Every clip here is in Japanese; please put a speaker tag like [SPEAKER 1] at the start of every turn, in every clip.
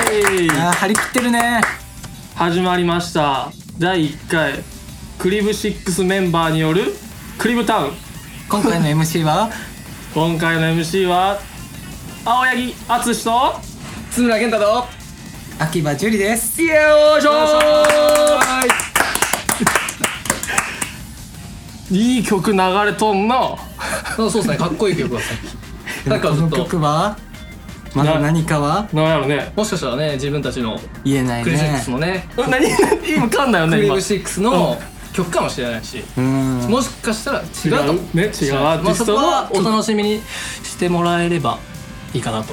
[SPEAKER 1] 張り切ってるね
[SPEAKER 2] 始まりました第1回クリブ6メンバーによるクリブタウン
[SPEAKER 1] 今回の MC は
[SPEAKER 2] 今回の MC は青柳敦と
[SPEAKER 3] 津村健太と
[SPEAKER 1] 秋葉樹里です
[SPEAKER 2] イエーおーしょーいい曲流れとんな
[SPEAKER 3] そうですねかっこいい曲だったなんか
[SPEAKER 1] こ
[SPEAKER 3] ちょ
[SPEAKER 1] の
[SPEAKER 3] っと
[SPEAKER 1] 曲はまだ何かは
[SPEAKER 2] なんやろね
[SPEAKER 3] もしかしたらね自分たちの
[SPEAKER 1] 言えない
[SPEAKER 3] クリブシッ
[SPEAKER 1] ね
[SPEAKER 3] クスのね
[SPEAKER 2] え何今かんだよ
[SPEAKER 3] ク
[SPEAKER 2] ね
[SPEAKER 3] リ
[SPEAKER 2] 今
[SPEAKER 3] ブシックスの曲かもしれないし
[SPEAKER 1] うん
[SPEAKER 3] もしかしたら違うかも
[SPEAKER 2] 違うね違うアーテ
[SPEAKER 3] ま
[SPEAKER 2] ィ
[SPEAKER 3] あ
[SPEAKER 2] ス
[SPEAKER 3] そこ
[SPEAKER 2] ト
[SPEAKER 3] はお
[SPEAKER 2] の
[SPEAKER 3] 楽しみにしてもらえればいいかなと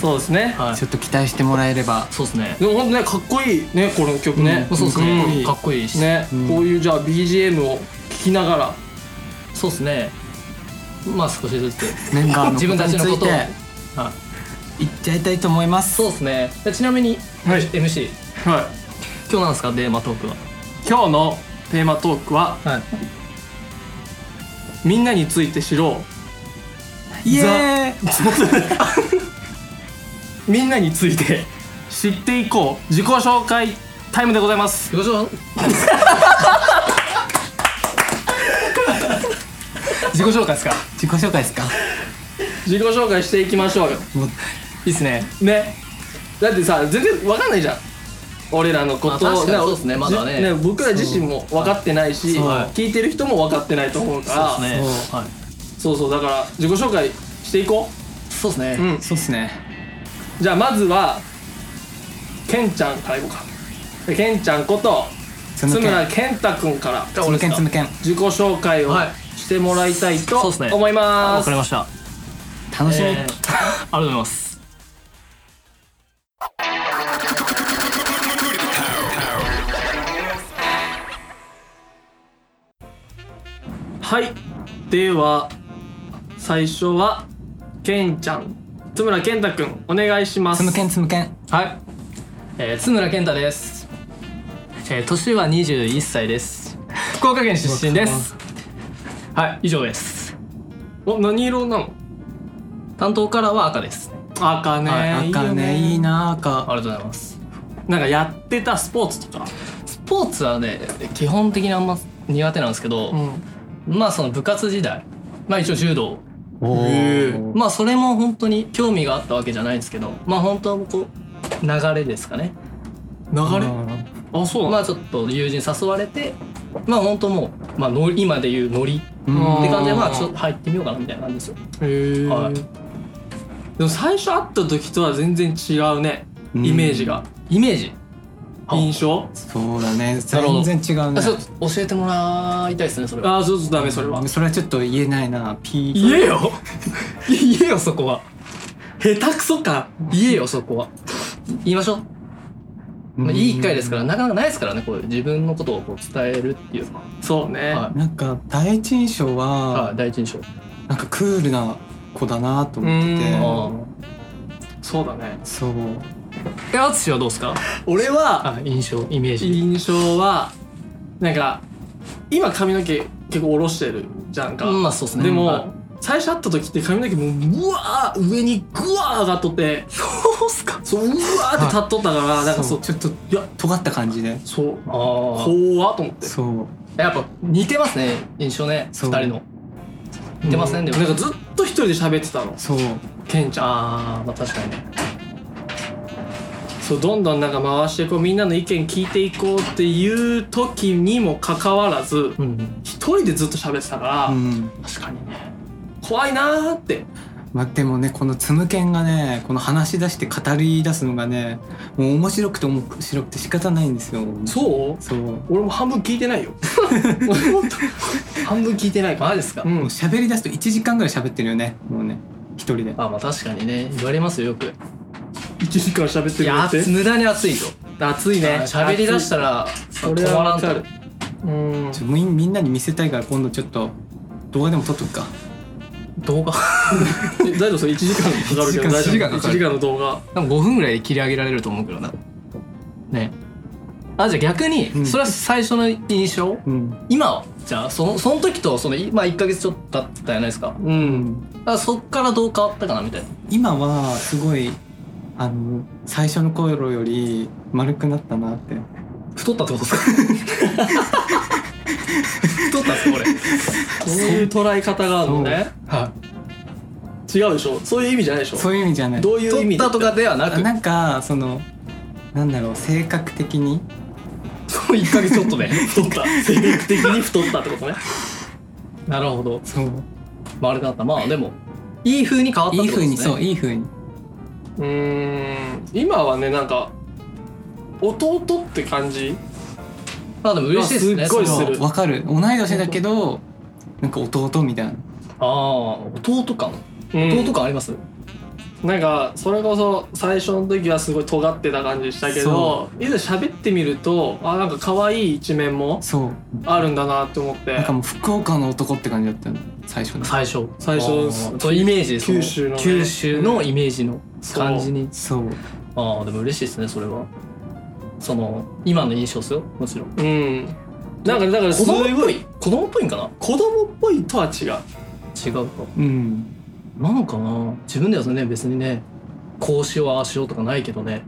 [SPEAKER 2] そうですね
[SPEAKER 3] はい
[SPEAKER 1] ちょっと期待してもらえれば
[SPEAKER 3] そうですね
[SPEAKER 2] でもほんとねかっこいいねこの曲ね
[SPEAKER 3] そうです
[SPEAKER 2] う
[SPEAKER 3] ね
[SPEAKER 2] ん
[SPEAKER 3] かっこいいし
[SPEAKER 2] ねこういうじゃあ BGM を聴きながら
[SPEAKER 3] そうですねまあ少しずつ
[SPEAKER 1] メンバーのこ
[SPEAKER 3] 自
[SPEAKER 1] と
[SPEAKER 3] 分た
[SPEAKER 1] につ
[SPEAKER 3] ちの
[SPEAKER 1] い
[SPEAKER 3] ことを
[SPEAKER 1] て
[SPEAKER 3] はい
[SPEAKER 1] 言っちゃいたいと思います
[SPEAKER 3] そうですねでちなみに
[SPEAKER 2] はい
[SPEAKER 3] MC
[SPEAKER 2] はい
[SPEAKER 3] 今日なんですかテーマトークは
[SPEAKER 2] 今日のテーマトークは
[SPEAKER 3] はい
[SPEAKER 2] みんなについて知ろ
[SPEAKER 1] イエーイ
[SPEAKER 2] うみんなについて知っていこう自己紹介タイムでございます
[SPEAKER 3] よし ょ自己紹介ですか
[SPEAKER 1] 自己紹介ですか
[SPEAKER 2] 自己紹介していきましょうよ
[SPEAKER 1] もう
[SPEAKER 3] いいっすね
[SPEAKER 2] ねだってさ全然わかんないじゃん俺らのこと
[SPEAKER 3] まあ
[SPEAKER 2] を
[SPEAKER 3] 確かにそうっすねまだね
[SPEAKER 2] じ僕ら自身も分かってないし
[SPEAKER 3] そう
[SPEAKER 2] 聞いてる人も分かってないと思うから
[SPEAKER 3] そうですねはい
[SPEAKER 2] そうそうだから自己紹介していこ
[SPEAKER 3] そうですね、
[SPEAKER 2] う、うん
[SPEAKER 1] そうっすね
[SPEAKER 2] じゃあまずはケンちゃんからいこうかでケンちゃんこと
[SPEAKER 1] つ
[SPEAKER 2] 津
[SPEAKER 1] むけ
[SPEAKER 2] 村
[SPEAKER 1] ん
[SPEAKER 2] 健太君から
[SPEAKER 3] じゃあ
[SPEAKER 1] つ
[SPEAKER 3] 俺
[SPEAKER 1] むけ
[SPEAKER 3] です
[SPEAKER 1] んつ
[SPEAKER 3] か
[SPEAKER 1] むけん
[SPEAKER 2] 自己紹介を
[SPEAKER 3] はい
[SPEAKER 2] してもらいたいと
[SPEAKER 3] そうっすね
[SPEAKER 2] 思い
[SPEAKER 3] あ
[SPEAKER 2] ま
[SPEAKER 3] わ
[SPEAKER 2] す
[SPEAKER 3] かりました
[SPEAKER 1] 楽しみ、
[SPEAKER 3] えーありがとうございます
[SPEAKER 2] はいでは最初はケンちゃん津村健太君お願いします
[SPEAKER 1] つむけんつむけん
[SPEAKER 3] はい、えー、津村健太です、えー、年は21歳です福岡県出身ですはい以上です
[SPEAKER 2] お何色なの
[SPEAKER 3] 担当からは赤です
[SPEAKER 2] 赤ね、
[SPEAKER 3] はい
[SPEAKER 2] い
[SPEAKER 1] 赤
[SPEAKER 2] よ
[SPEAKER 1] ねいいな
[SPEAKER 3] あ
[SPEAKER 1] 赤
[SPEAKER 3] りがとうございます
[SPEAKER 2] なんかやってたスポーツとか
[SPEAKER 3] スポーツはね基本的にあんま苦手なんですけど、
[SPEAKER 2] ん
[SPEAKER 3] まあその部活時代まあ一応柔道
[SPEAKER 1] お
[SPEAKER 2] へー
[SPEAKER 3] まあそれも本当に興味があったわけじゃないんですけどまあ本当はこう流れですかね
[SPEAKER 2] 流れあそうなの、
[SPEAKER 3] まあちょっと友人誘われてまあ本当もう、まあ、の今でいうノリって
[SPEAKER 1] うん
[SPEAKER 3] 感じで
[SPEAKER 2] うん
[SPEAKER 3] まあちょっと入ってみようかなみたいな感じですよ
[SPEAKER 2] へー
[SPEAKER 3] はい
[SPEAKER 2] でも最初会った時とは全然違うね
[SPEAKER 1] うん
[SPEAKER 2] イメージが、
[SPEAKER 3] イメージあ
[SPEAKER 2] 印象
[SPEAKER 1] そうだね
[SPEAKER 3] なるほど
[SPEAKER 1] 全然違うね
[SPEAKER 3] あちょっと教えてもらいたいですねそれは
[SPEAKER 2] ああそうそうダメそれは
[SPEAKER 1] それはちょっと言えないなピー
[SPEAKER 3] 言え よ言えよそこは
[SPEAKER 2] 下手くそか
[SPEAKER 3] 言えよそこは言いましょう、まあ、いい一回ですからなかなかないですからねこういう自分のことをこう伝えるっていうのは
[SPEAKER 2] そうね、
[SPEAKER 3] は
[SPEAKER 1] なんか第一印象
[SPEAKER 3] はい
[SPEAKER 1] は
[SPEAKER 3] 第一印象
[SPEAKER 1] なんかクールな子だなと思って
[SPEAKER 2] うん
[SPEAKER 1] て
[SPEAKER 3] ああ
[SPEAKER 2] そうだね
[SPEAKER 1] そう
[SPEAKER 3] え淳はどうですか
[SPEAKER 2] 俺は
[SPEAKER 3] あ印象イメージ
[SPEAKER 2] 印象はなんか今髪の毛結構下ろしてるじゃんか、
[SPEAKER 3] うんまあそうですね
[SPEAKER 2] でも、
[SPEAKER 3] はい
[SPEAKER 2] 最初会った時って髪の毛もううわー上にぐわー上がっとって
[SPEAKER 3] そうっすか
[SPEAKER 2] そううわーって立っとったから、なん
[SPEAKER 1] そ
[SPEAKER 2] かそう
[SPEAKER 1] うちょっと
[SPEAKER 2] いや
[SPEAKER 1] 尖った感じで
[SPEAKER 2] そう
[SPEAKER 3] あ
[SPEAKER 2] こ
[SPEAKER 3] あ
[SPEAKER 2] うはと思って
[SPEAKER 1] そう
[SPEAKER 3] やっぱ似てますね印象ね
[SPEAKER 1] そ
[SPEAKER 3] 二
[SPEAKER 1] う
[SPEAKER 3] 人の似てますねでも
[SPEAKER 2] なんかずっと一人で喋ってたの
[SPEAKER 1] そう
[SPEAKER 2] ケンちゃん
[SPEAKER 3] ああまあ確かにね
[SPEAKER 2] そうどんどんなんか回してこうみんなの意見聞いていこうっていう時にもかかわらず
[SPEAKER 3] うん
[SPEAKER 2] 一人でずっと喋ってたから、
[SPEAKER 1] うん
[SPEAKER 3] 確かにね
[SPEAKER 2] 怖いなーって
[SPEAKER 1] まあでもねこのつむけんがねこの話し出して語り出すのがねもう面白くて面白くて仕方ないんですよ
[SPEAKER 2] そう
[SPEAKER 1] そう
[SPEAKER 2] 俺も半分聞いてない よ本当半分聞いてないから
[SPEAKER 3] マジですか
[SPEAKER 2] うん
[SPEAKER 1] もう喋り出すと1時間ぐらい喋ってるよねもうね一人で
[SPEAKER 3] あまあ確かにね言われますよよく
[SPEAKER 2] 1時間喋って
[SPEAKER 3] い
[SPEAKER 2] る
[SPEAKER 3] や
[SPEAKER 2] のって
[SPEAKER 3] 無駄に熱いと
[SPEAKER 2] 熱いね
[SPEAKER 3] 喋り出した
[SPEAKER 2] ら
[SPEAKER 3] ら
[SPEAKER 2] それ
[SPEAKER 3] 止ま
[SPEAKER 2] は
[SPEAKER 3] らん
[SPEAKER 2] 分
[SPEAKER 3] と
[SPEAKER 2] かるうん
[SPEAKER 1] ちょみんみんなに見せたいから今度ちょっと動画でも撮っとくか
[SPEAKER 3] 動画
[SPEAKER 2] え大丈夫それ1時間かかるけど大
[SPEAKER 1] 一時間
[SPEAKER 2] 丈
[SPEAKER 1] 一時間か
[SPEAKER 2] 夫
[SPEAKER 1] かる
[SPEAKER 2] 1時間の動画
[SPEAKER 3] 多分5分ぐらいで切り上げられると思うけどなねあじゃあ逆
[SPEAKER 1] うん
[SPEAKER 3] にそれは最初の印象
[SPEAKER 1] うん
[SPEAKER 3] 今はじゃあそのその時とそのいまあ1ヶ月ちょっと経ったじゃないですか
[SPEAKER 2] うん
[SPEAKER 3] あそっからどう変わったかなみたいな
[SPEAKER 1] 今はすごいあの最初の頃より丸くなったなって
[SPEAKER 3] 太ったってことです か太ったっすこれ
[SPEAKER 2] そういう捉え方があるのね
[SPEAKER 3] は
[SPEAKER 2] 違うでしょそういう意味じゃないでしょ
[SPEAKER 1] そういう意味じゃない
[SPEAKER 2] どういう意
[SPEAKER 3] い
[SPEAKER 2] 味
[SPEAKER 3] 太ったとかではな
[SPEAKER 1] あ
[SPEAKER 3] く
[SPEAKER 1] なんかそのなんだろう性格的に
[SPEAKER 3] そう1ヶ月ちょっとで
[SPEAKER 2] 太った性格的に太ったってことね なるほど
[SPEAKER 1] そう
[SPEAKER 3] 丸くなったまあでもいい風に変わったっ
[SPEAKER 1] いい
[SPEAKER 3] てこと
[SPEAKER 1] 風
[SPEAKER 3] で
[SPEAKER 1] に
[SPEAKER 3] すね
[SPEAKER 1] そういい風に
[SPEAKER 2] うーん今はねなんか弟って感じ
[SPEAKER 3] まあでも嬉しいですね
[SPEAKER 2] あすっごいする
[SPEAKER 1] わかる同い年だけどなんか弟みたいな
[SPEAKER 3] ああ弟感
[SPEAKER 2] うん
[SPEAKER 3] 弟感あります、
[SPEAKER 2] なんかそれこそ最初の時はすごい尖ってた感じしたけど
[SPEAKER 1] そ
[SPEAKER 2] いざ喋ってみるとあなんか可愛い一面も
[SPEAKER 1] そう
[SPEAKER 2] あるんだなって思って
[SPEAKER 1] なんかもう福岡の男って感じだったの最初の
[SPEAKER 3] 最初
[SPEAKER 2] 最初です
[SPEAKER 3] あーそうイメージです
[SPEAKER 2] 九州のね
[SPEAKER 3] 九州のイメージの感じに
[SPEAKER 1] そう
[SPEAKER 3] ああでも嬉しいですねそれはその今の印象ですよもちろん
[SPEAKER 2] うんなんかだからす
[SPEAKER 3] 子
[SPEAKER 2] ご
[SPEAKER 3] 供
[SPEAKER 2] い
[SPEAKER 3] っぽい子供っぽいんかな
[SPEAKER 2] 子供っぽいとは違う
[SPEAKER 3] 違うか
[SPEAKER 1] うん
[SPEAKER 3] なのかな自分ではね別にねこうしようああしようとかないけどね、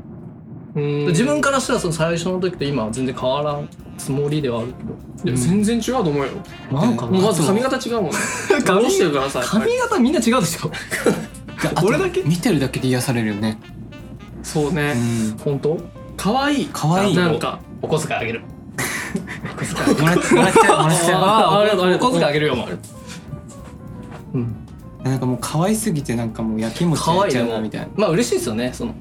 [SPEAKER 2] うん
[SPEAKER 3] 自分からしたらその最初の時と今は全然変わらんつもりではあるけ
[SPEAKER 2] いや全然違うと思うよ、
[SPEAKER 3] どなんか
[SPEAKER 1] う
[SPEAKER 2] もう
[SPEAKER 3] な
[SPEAKER 2] まず髪型違う もんね
[SPEAKER 3] 髪
[SPEAKER 2] 直してるからさ
[SPEAKER 3] 髪型みんな違うでしょ
[SPEAKER 1] あと
[SPEAKER 3] 俺だけ
[SPEAKER 1] 見てるだけで癒されるよね
[SPEAKER 2] そう
[SPEAKER 1] う
[SPEAKER 2] ね
[SPEAKER 1] ん
[SPEAKER 3] 本当
[SPEAKER 2] 可愛い
[SPEAKER 1] 可愛い
[SPEAKER 2] なんか
[SPEAKER 3] お小遣いあげるお小遣い
[SPEAKER 1] もらっもらっちゃうもらっちゃ
[SPEAKER 3] ああありがとうありがとう
[SPEAKER 2] お小遣いあげ
[SPEAKER 3] るよもう、ん、
[SPEAKER 1] うなんかもう可愛すぎてなんかもうやきもち
[SPEAKER 3] 可
[SPEAKER 1] 焼
[SPEAKER 3] 愛
[SPEAKER 1] い
[SPEAKER 3] い
[SPEAKER 1] ち
[SPEAKER 3] で
[SPEAKER 1] ゃうな
[SPEAKER 3] も
[SPEAKER 1] みたいな
[SPEAKER 3] まあ嬉しいですよねその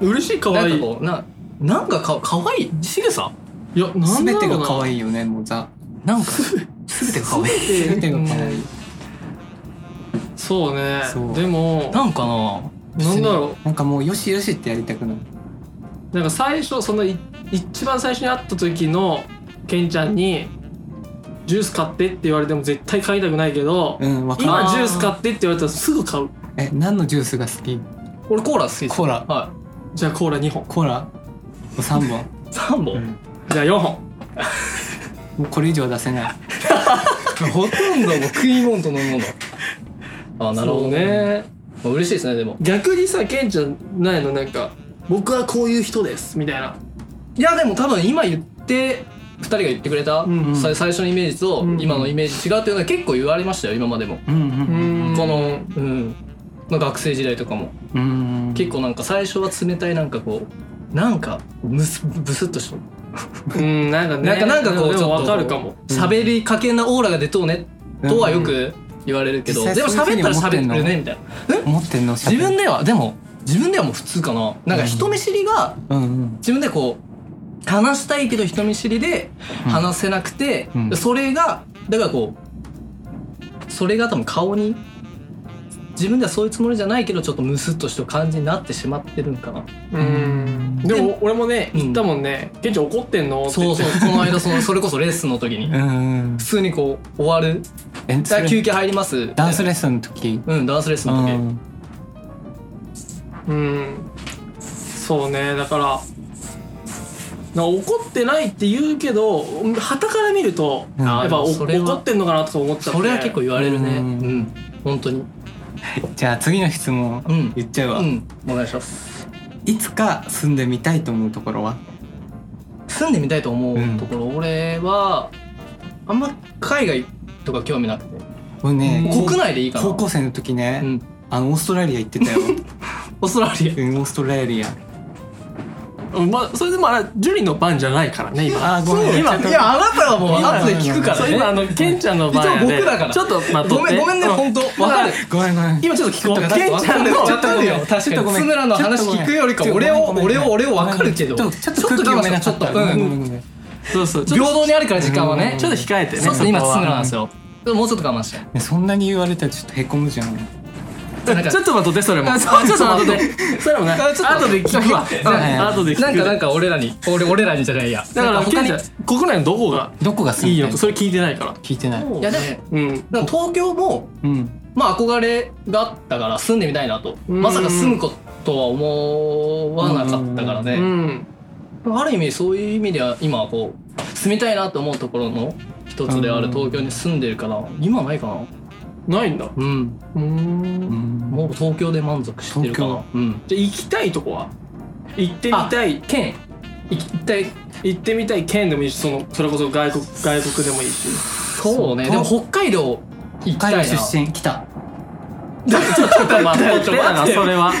[SPEAKER 2] 嬉しい可
[SPEAKER 3] なん
[SPEAKER 2] 愛
[SPEAKER 3] か
[SPEAKER 2] い
[SPEAKER 3] こうななんかか可愛いしげさ
[SPEAKER 2] いやなん
[SPEAKER 1] 全
[SPEAKER 2] だろうな
[SPEAKER 1] てが可
[SPEAKER 2] い
[SPEAKER 1] 愛いよねもうザ
[SPEAKER 3] なんか全てが可愛い
[SPEAKER 1] 全てが可愛い
[SPEAKER 2] そうね
[SPEAKER 1] そう
[SPEAKER 2] でも
[SPEAKER 3] なんかな
[SPEAKER 2] なんだろ
[SPEAKER 1] なんかもうよしよしってやりたくなる
[SPEAKER 2] うなんか最初そのい一番最初に会った時のケンちゃんに「ジュース買って」って言われても絶対買いたくないけど、
[SPEAKER 1] うんわか
[SPEAKER 2] 今
[SPEAKER 1] る
[SPEAKER 2] ジュース買ってって言われたらすぐ買う
[SPEAKER 1] え何のジュースが好き
[SPEAKER 3] 俺コーラ好きです
[SPEAKER 1] コーラ
[SPEAKER 3] は
[SPEAKER 2] じゃあコーラ2本
[SPEAKER 1] コーラ3本
[SPEAKER 3] い3
[SPEAKER 1] う
[SPEAKER 3] 本
[SPEAKER 1] ん
[SPEAKER 2] じゃあ4本
[SPEAKER 1] もうこれ以上は出せない
[SPEAKER 3] ほとんどもう食い物と飲み 物あなるほ
[SPEAKER 2] そ
[SPEAKER 3] ど
[SPEAKER 2] うね
[SPEAKER 3] まあ嬉しいですねでも
[SPEAKER 2] 逆にさケンちゃんないのなんか「僕はこういう人です」みたいない
[SPEAKER 3] やでも多分今言って2人が言ってくれた、
[SPEAKER 2] うんうん
[SPEAKER 3] さ最初のイメージと
[SPEAKER 2] うんうん
[SPEAKER 3] 今のイメージ違うっていうのは結構言われましたよ今までも、
[SPEAKER 1] うんうん
[SPEAKER 2] うん
[SPEAKER 3] この、うんまあ、学生時代とかも
[SPEAKER 1] うんうん
[SPEAKER 3] 結構なんか最初は冷たいなんかこうなんかむすブスッとしと
[SPEAKER 2] うんなんかね
[SPEAKER 3] なんかなんかこう
[SPEAKER 2] で
[SPEAKER 3] ちょっと
[SPEAKER 2] も
[SPEAKER 3] こう
[SPEAKER 2] わかるかも
[SPEAKER 3] 喋りかけなオーラが出とうねとはよ
[SPEAKER 1] うん
[SPEAKER 3] く言われるけど、
[SPEAKER 1] 実際
[SPEAKER 3] でも
[SPEAKER 1] そういう
[SPEAKER 3] 喋ったら
[SPEAKER 1] ふうに思ってんの
[SPEAKER 3] 喋ってるねみたいな
[SPEAKER 1] 持ってんの
[SPEAKER 3] 自分ではでも自分ではもう普通かななんか人見知りが
[SPEAKER 1] うんうん
[SPEAKER 3] 自分でこう話したいけど人見知りで
[SPEAKER 1] うん
[SPEAKER 3] 話せなくて、
[SPEAKER 1] うん
[SPEAKER 3] それがだからこうそれが多分顔に自分ではそういうつもりじゃないけどちょっとムスッとした感じになってしまってるんかな
[SPEAKER 2] うんでも俺もね
[SPEAKER 3] うん
[SPEAKER 2] 言ったもんね「ケンちゃん怒ってんの?」って
[SPEAKER 3] そ
[SPEAKER 2] 言
[SPEAKER 3] う
[SPEAKER 2] っ
[SPEAKER 3] そ
[SPEAKER 2] て
[SPEAKER 3] うこの間そのそれこそレッスンの時に
[SPEAKER 1] うんうん
[SPEAKER 3] 普通にこう終わる
[SPEAKER 1] えそ
[SPEAKER 3] さあ
[SPEAKER 1] れ
[SPEAKER 3] 休憩入ります
[SPEAKER 1] ダンスレッスンの時
[SPEAKER 3] うんダンスレッスン
[SPEAKER 1] う
[SPEAKER 3] の時、
[SPEAKER 1] ん
[SPEAKER 2] うんそうねだからな怒ってないって言うけど旗から見ると
[SPEAKER 1] うん
[SPEAKER 2] やっぱお
[SPEAKER 3] それは
[SPEAKER 2] 怒ってんのかなとか思っちゃって
[SPEAKER 3] それは結構言われるねう、
[SPEAKER 1] うんん
[SPEAKER 3] 本当に
[SPEAKER 1] じゃあ次の質問
[SPEAKER 3] うん
[SPEAKER 1] 言っちゃうわ、
[SPEAKER 3] うんお願いします
[SPEAKER 1] いつか住んでみたいと思うところは
[SPEAKER 3] 住んでみたいと思
[SPEAKER 1] う
[SPEAKER 3] うんところ、俺はあんま海外とか興味なくて
[SPEAKER 1] 俺ね
[SPEAKER 2] うん
[SPEAKER 3] 国内でいいかな
[SPEAKER 1] 高校生の時ね、
[SPEAKER 3] うん
[SPEAKER 1] あのオーストラリア行ってたよ
[SPEAKER 3] オーストラリ
[SPEAKER 1] うんオーストラリア
[SPEAKER 2] うんまあそれでもあれジュリの番じゃないからね今
[SPEAKER 1] あーごめん
[SPEAKER 3] ア今
[SPEAKER 1] ちょっと
[SPEAKER 3] いやあなたはもう
[SPEAKER 1] 今
[SPEAKER 3] 後で聞くか
[SPEAKER 2] そう今あ
[SPEAKER 3] らね
[SPEAKER 2] のケンちゃんの番
[SPEAKER 3] 一応僕だから
[SPEAKER 2] ちょっとま
[SPEAKER 3] ごめんごめんね本当わかる
[SPEAKER 1] ごめんごめん
[SPEAKER 2] 今ちょっと聞こう
[SPEAKER 1] ちょっと
[SPEAKER 2] ケンちゃんの
[SPEAKER 3] わかるよ
[SPEAKER 1] ちょっとごめん
[SPEAKER 3] 確か
[SPEAKER 1] ちょっと
[SPEAKER 3] に
[SPEAKER 1] ごめん
[SPEAKER 3] 津村の話聞くよりか俺を
[SPEAKER 1] ごめんごめ
[SPEAKER 3] 俺
[SPEAKER 1] ん
[SPEAKER 3] を俺をわかるけど
[SPEAKER 1] ちょっとちょっと空気読めなかった
[SPEAKER 3] ちょっと
[SPEAKER 1] ごめん
[SPEAKER 3] う
[SPEAKER 1] ご
[SPEAKER 3] ん
[SPEAKER 1] めんごめん
[SPEAKER 2] そうそうちょ
[SPEAKER 3] 平
[SPEAKER 2] っと
[SPEAKER 3] 等にあるから時間はね
[SPEAKER 1] うん
[SPEAKER 2] ちょっと控えてね
[SPEAKER 3] そうそう今津
[SPEAKER 2] ここは
[SPEAKER 3] 村なんですよでももうちょっと我慢して
[SPEAKER 1] ねそんなに言われたらちょっとへこむじゃん
[SPEAKER 3] なんか
[SPEAKER 2] ちょっと待ってそれも
[SPEAKER 3] あ
[SPEAKER 2] あち
[SPEAKER 3] そう
[SPEAKER 2] ょっと待って それもね
[SPEAKER 3] あちょっと
[SPEAKER 2] 後で聞くわ
[SPEAKER 3] ちょっと待って
[SPEAKER 2] うん後で聞く
[SPEAKER 3] なんかなんか俺らに俺俺らにじゃないや
[SPEAKER 2] だから
[SPEAKER 3] なん
[SPEAKER 2] ケ
[SPEAKER 3] 他
[SPEAKER 2] ン
[SPEAKER 3] に
[SPEAKER 2] ちゃん国内のどこが
[SPEAKER 1] どこが住
[SPEAKER 2] い
[SPEAKER 1] ん
[SPEAKER 2] い
[SPEAKER 1] で
[SPEAKER 2] よ
[SPEAKER 1] る
[SPEAKER 2] それ聞いてないから
[SPEAKER 1] 聞いてない
[SPEAKER 3] いやでも
[SPEAKER 2] うん
[SPEAKER 3] でも東京も
[SPEAKER 1] うん
[SPEAKER 3] まあ憧れがあったから住んでみたいなと
[SPEAKER 2] うん
[SPEAKER 3] まさか住むことは思わなかったから
[SPEAKER 2] う
[SPEAKER 3] ね
[SPEAKER 2] ん
[SPEAKER 3] ある意味そういう意味では今はこう住みたいなと思うところの一つである東京に住んでるから今はないかな
[SPEAKER 2] ないんだ
[SPEAKER 3] うん
[SPEAKER 2] うー
[SPEAKER 1] うんん
[SPEAKER 3] もう東京で満足してるかな
[SPEAKER 1] 東
[SPEAKER 3] うん
[SPEAKER 2] じゃあ行きたいとこは行ってみたい
[SPEAKER 3] 県
[SPEAKER 2] 行きたい行ってみたい県でもいいしそのそれこそ外国外国でもいい し
[SPEAKER 3] そうねでも北海道行きた
[SPEAKER 1] 北
[SPEAKER 3] いな
[SPEAKER 1] 海道出身来た
[SPEAKER 2] ちょっと待
[SPEAKER 3] 待って
[SPEAKER 2] ちょっと待って
[SPEAKER 3] それは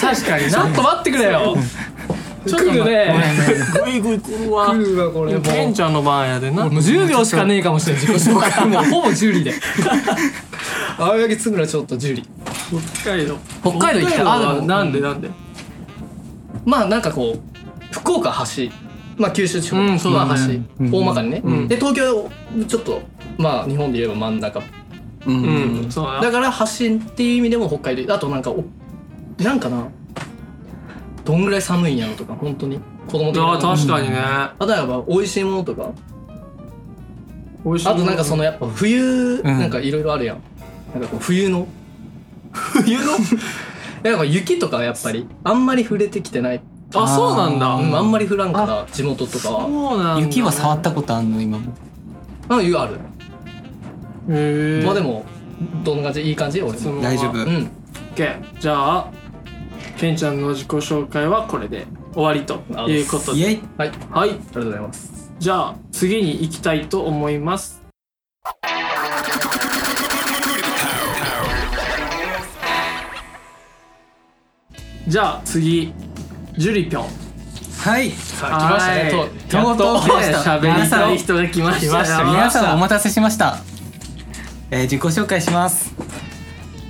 [SPEAKER 3] 確かにちょっと待ってくれよ
[SPEAKER 2] ちょっとね
[SPEAKER 3] グイグイ来るわ
[SPEAKER 2] 来
[SPEAKER 3] るわこれもう
[SPEAKER 2] ケンちゃんの番やでな
[SPEAKER 3] もう10秒しかねえかもしれない自己紹介もうほぼ10里で青柳津村ちょっと10里
[SPEAKER 2] 北海道
[SPEAKER 3] 北海道行きたい
[SPEAKER 2] 北
[SPEAKER 3] あ
[SPEAKER 2] は
[SPEAKER 3] でも
[SPEAKER 2] なんでなんで
[SPEAKER 3] まあなんかこう福岡橋まあ九州地方、
[SPEAKER 2] うんそうだね
[SPEAKER 3] まあ橋、
[SPEAKER 1] うん
[SPEAKER 3] 大まかにね、
[SPEAKER 2] うん
[SPEAKER 3] で東京ちょっとまあ日本で言えば真ん中
[SPEAKER 1] うん
[SPEAKER 2] う
[SPEAKER 1] うん
[SPEAKER 2] んそうだ
[SPEAKER 3] だから橋っていう意味でも北海道あとなんかおなんかなどんぐらい寒いんやろとか本当に子供的
[SPEAKER 2] あ
[SPEAKER 3] な
[SPEAKER 2] 確かにね
[SPEAKER 3] あとやっぱ美味しいものとか
[SPEAKER 2] 美味しい
[SPEAKER 3] あとなんかそのやっぱ冬、
[SPEAKER 1] ん
[SPEAKER 3] なんかいろいろあるやんなんかこう冬の冬 のやっぱ雪とかやっぱりあんまり触れてきてない、
[SPEAKER 2] あそうなんだ
[SPEAKER 1] あ
[SPEAKER 3] うん、
[SPEAKER 1] ー
[SPEAKER 3] あんまり降らんから地元とかは
[SPEAKER 2] そうなんだ
[SPEAKER 1] 雪は触ったことあんの今も
[SPEAKER 3] うん、言うある。
[SPEAKER 2] へえ
[SPEAKER 3] まあでも、どんな感じいい感じ俺も。
[SPEAKER 1] 大丈夫
[SPEAKER 3] うん。
[SPEAKER 2] OK じゃあケンちゃんの自己紹介はこれで終わりということ
[SPEAKER 1] イ
[SPEAKER 2] で
[SPEAKER 1] エイ
[SPEAKER 3] はい。ありが
[SPEAKER 2] はい
[SPEAKER 3] とうございます。
[SPEAKER 2] じゃあ次に行きたいと思いますじゃあ次ジュリピョン
[SPEAKER 1] はい
[SPEAKER 3] さあ、来ましたね。
[SPEAKER 2] はい
[SPEAKER 3] と
[SPEAKER 1] とうとう
[SPEAKER 3] やっ
[SPEAKER 1] 来ました
[SPEAKER 2] 喋りたい人が来ましたよ
[SPEAKER 3] 来ましたよ
[SPEAKER 1] 皆さんお待たせしました、えー自己紹介します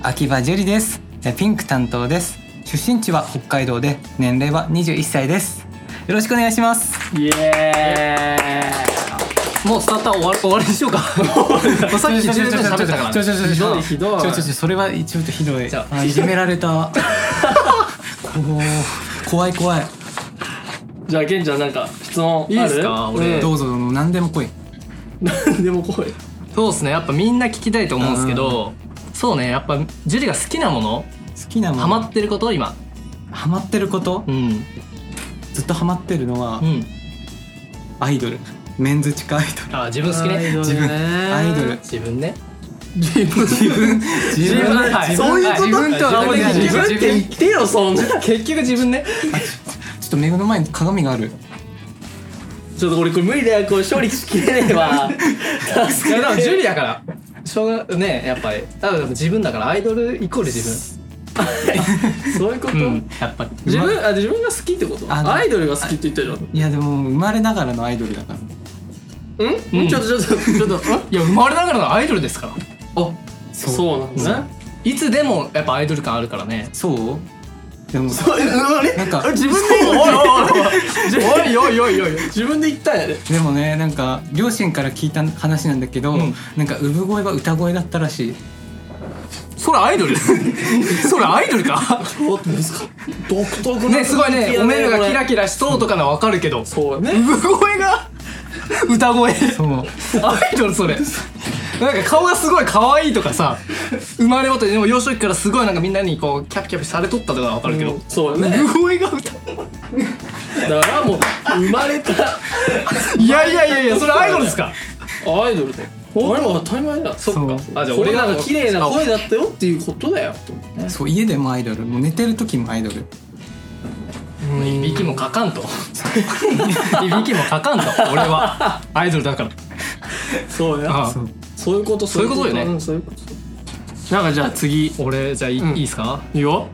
[SPEAKER 1] 秋葉樹里です、えーピンク担当です出身地は北海道で年齢は21歳ですよろしくお願いします
[SPEAKER 2] イエ
[SPEAKER 3] ともうスターター終わり終わりにしようか。もう さっき10分喋ったから
[SPEAKER 1] ちょちょちょちょちょちょちょちょ
[SPEAKER 2] ひどいひどい
[SPEAKER 1] ちょちょちょそれはちょっとひどい
[SPEAKER 3] じゃあ
[SPEAKER 1] あいじめられたこう怖い怖い
[SPEAKER 2] ーイじゃあケンちゃんなんか質問ある
[SPEAKER 3] いいっすか俺
[SPEAKER 1] どうぞどうぞ何でも来い
[SPEAKER 2] 何でも来い
[SPEAKER 3] そうですね。やっぱみんな聞きたいと思うんですけど、そうね。やっぱ、ジュリが好きなもの、
[SPEAKER 1] 好きなもの
[SPEAKER 3] ハマってること今。
[SPEAKER 1] ハマってること
[SPEAKER 3] うん。
[SPEAKER 1] ずっとハマってるのは
[SPEAKER 3] うん。
[SPEAKER 1] アイドルメンズ地下アイドル
[SPEAKER 3] あ、自分好き
[SPEAKER 2] アイド
[SPEAKER 3] ね。
[SPEAKER 2] ル
[SPEAKER 1] 自分
[SPEAKER 2] ね
[SPEAKER 1] アイドル
[SPEAKER 3] 自分ね。
[SPEAKER 2] 自分自分
[SPEAKER 1] 自分
[SPEAKER 3] 分はい
[SPEAKER 2] そういうこと
[SPEAKER 1] 自分とは思
[SPEAKER 3] い
[SPEAKER 1] ない
[SPEAKER 2] 自分って言ってよそんな
[SPEAKER 3] 結局自分ね。
[SPEAKER 1] ちょっと目の前に鏡がある
[SPEAKER 2] ちょっと俺これ無理だよこれ勝利しきれねえわ
[SPEAKER 3] いや、でもジュリだから。しょうが、ね、やっぱり。多分自分だから、アイドルイコール自
[SPEAKER 2] そういうこと、
[SPEAKER 3] 分。うん。やっぱり。
[SPEAKER 2] 自分あ自分が好きってこと
[SPEAKER 1] あの
[SPEAKER 2] アイドルが好きって言ってるじ
[SPEAKER 1] いやでも生まれながらのアイドルだから
[SPEAKER 2] ゃんん、
[SPEAKER 3] うん
[SPEAKER 2] ちょっとちょっとちょっと
[SPEAKER 3] いや、生まれながらのアイドルですから。
[SPEAKER 2] あそうそうなんだね
[SPEAKER 3] いつでもやっぱアイドル感あるからね。
[SPEAKER 1] そうでも
[SPEAKER 2] あれ
[SPEAKER 1] なんか
[SPEAKER 2] あれ自分で言った
[SPEAKER 3] おいおいおいおい。
[SPEAKER 2] 自分で言ったんやで
[SPEAKER 1] でもねなんか両親から聞いた話なんだけど、
[SPEAKER 3] うん
[SPEAKER 1] なんか産声は歌声だったらしい
[SPEAKER 3] それアイドルそれアイドルか
[SPEAKER 2] 独特な
[SPEAKER 3] ね、すごいね、おめるがキラ
[SPEAKER 2] キ
[SPEAKER 3] キラしそうとかのわかるけど、
[SPEAKER 2] そうね
[SPEAKER 3] 産声が歌声。
[SPEAKER 1] そう
[SPEAKER 3] アイドルそれ。なんか顔がすごい可愛いとかさ、生まれ持って、でも幼少期からすごいなんかみんなにこう、キャピキャピされとったとかはわかるけど、
[SPEAKER 2] そうね
[SPEAKER 3] 産声が歌
[SPEAKER 2] だからもう生まれた
[SPEAKER 3] いやいやいやいや、それアイドルですか
[SPEAKER 2] アイドルだよ俺も当たり前だそ
[SPEAKER 1] そう
[SPEAKER 3] あ、じゃあ
[SPEAKER 2] 俺
[SPEAKER 3] 俺が
[SPEAKER 2] なんか綺麗な声だったよっていうことだよ
[SPEAKER 1] そう家でもアイドルもう寝てる時もアイドル
[SPEAKER 3] いびきもかかんといびきもかかんと俺はアイドルだから
[SPEAKER 2] そうや
[SPEAKER 3] あ
[SPEAKER 1] そう
[SPEAKER 2] そういうこと
[SPEAKER 3] そういうことよね
[SPEAKER 2] うんそういうことなんかじゃあ次
[SPEAKER 3] 俺じゃあい,、
[SPEAKER 2] うん
[SPEAKER 3] いいっすか
[SPEAKER 2] いいよ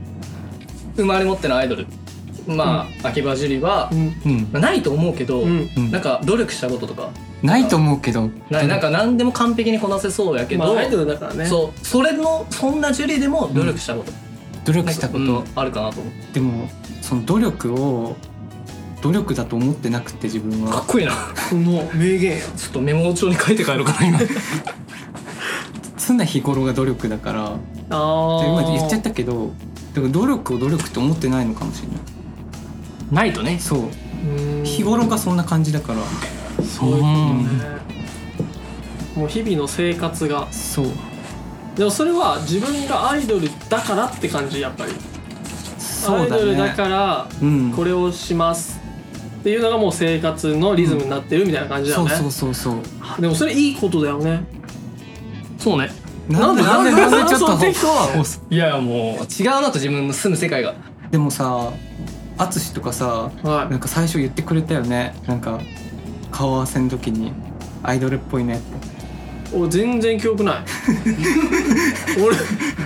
[SPEAKER 3] 生まれ持ってのアイドルまあ、秋葉樹里は、
[SPEAKER 2] うん
[SPEAKER 1] うん
[SPEAKER 3] まあないと思うけど、
[SPEAKER 2] うん
[SPEAKER 1] うん
[SPEAKER 3] なんか努力したこととか
[SPEAKER 1] ないと思うけど
[SPEAKER 3] ないなんか何でも完璧にこなせそうやけ
[SPEAKER 2] ま
[SPEAKER 3] ど、
[SPEAKER 2] あアイドルだからね
[SPEAKER 3] そうそれのそんな樹里でも努力したこと、
[SPEAKER 1] 努力
[SPEAKER 3] なん
[SPEAKER 1] し
[SPEAKER 3] か
[SPEAKER 1] たこ
[SPEAKER 3] う
[SPEAKER 1] と
[SPEAKER 3] ん、あるかなと思って
[SPEAKER 1] でもその努力を努力だと思ってなくて自分
[SPEAKER 3] かっ
[SPEAKER 1] は
[SPEAKER 3] こいいな
[SPEAKER 2] もう名言や
[SPEAKER 3] ちょっとメモ帳に書いて帰ろうかな今
[SPEAKER 1] 常日頃が努力だから
[SPEAKER 2] あ
[SPEAKER 1] で今
[SPEAKER 2] あ
[SPEAKER 1] 言っちゃったけどでも努力を努力と思ってないのかもしれない
[SPEAKER 3] ないとね
[SPEAKER 1] そう
[SPEAKER 2] うん
[SPEAKER 1] 日頃がそんな感じだから
[SPEAKER 2] そういうことねもう日々の生活が
[SPEAKER 1] そう
[SPEAKER 2] でもそれは自分がアイドルだからって感じやっぱり
[SPEAKER 1] そうだ
[SPEAKER 2] アイドルだ
[SPEAKER 1] ね
[SPEAKER 2] から
[SPEAKER 1] うん
[SPEAKER 2] これをしますっていうのがもう生活のリズムになってるみたいな感じだ
[SPEAKER 1] そ
[SPEAKER 2] よ
[SPEAKER 1] う
[SPEAKER 2] ね、
[SPEAKER 1] そうそうそう
[SPEAKER 2] でもそれいいことだよね
[SPEAKER 3] そうね
[SPEAKER 1] なんでなんでなんでちょっと
[SPEAKER 2] その適当
[SPEAKER 1] おす
[SPEAKER 3] いやもう違うなと自分の住む世界が
[SPEAKER 1] でもさ淳とかさ
[SPEAKER 2] は
[SPEAKER 1] なんか最初言ってくれたよねなんか顔合わせの時にアイドルっぽいねって
[SPEAKER 2] い。お全然記憶ない。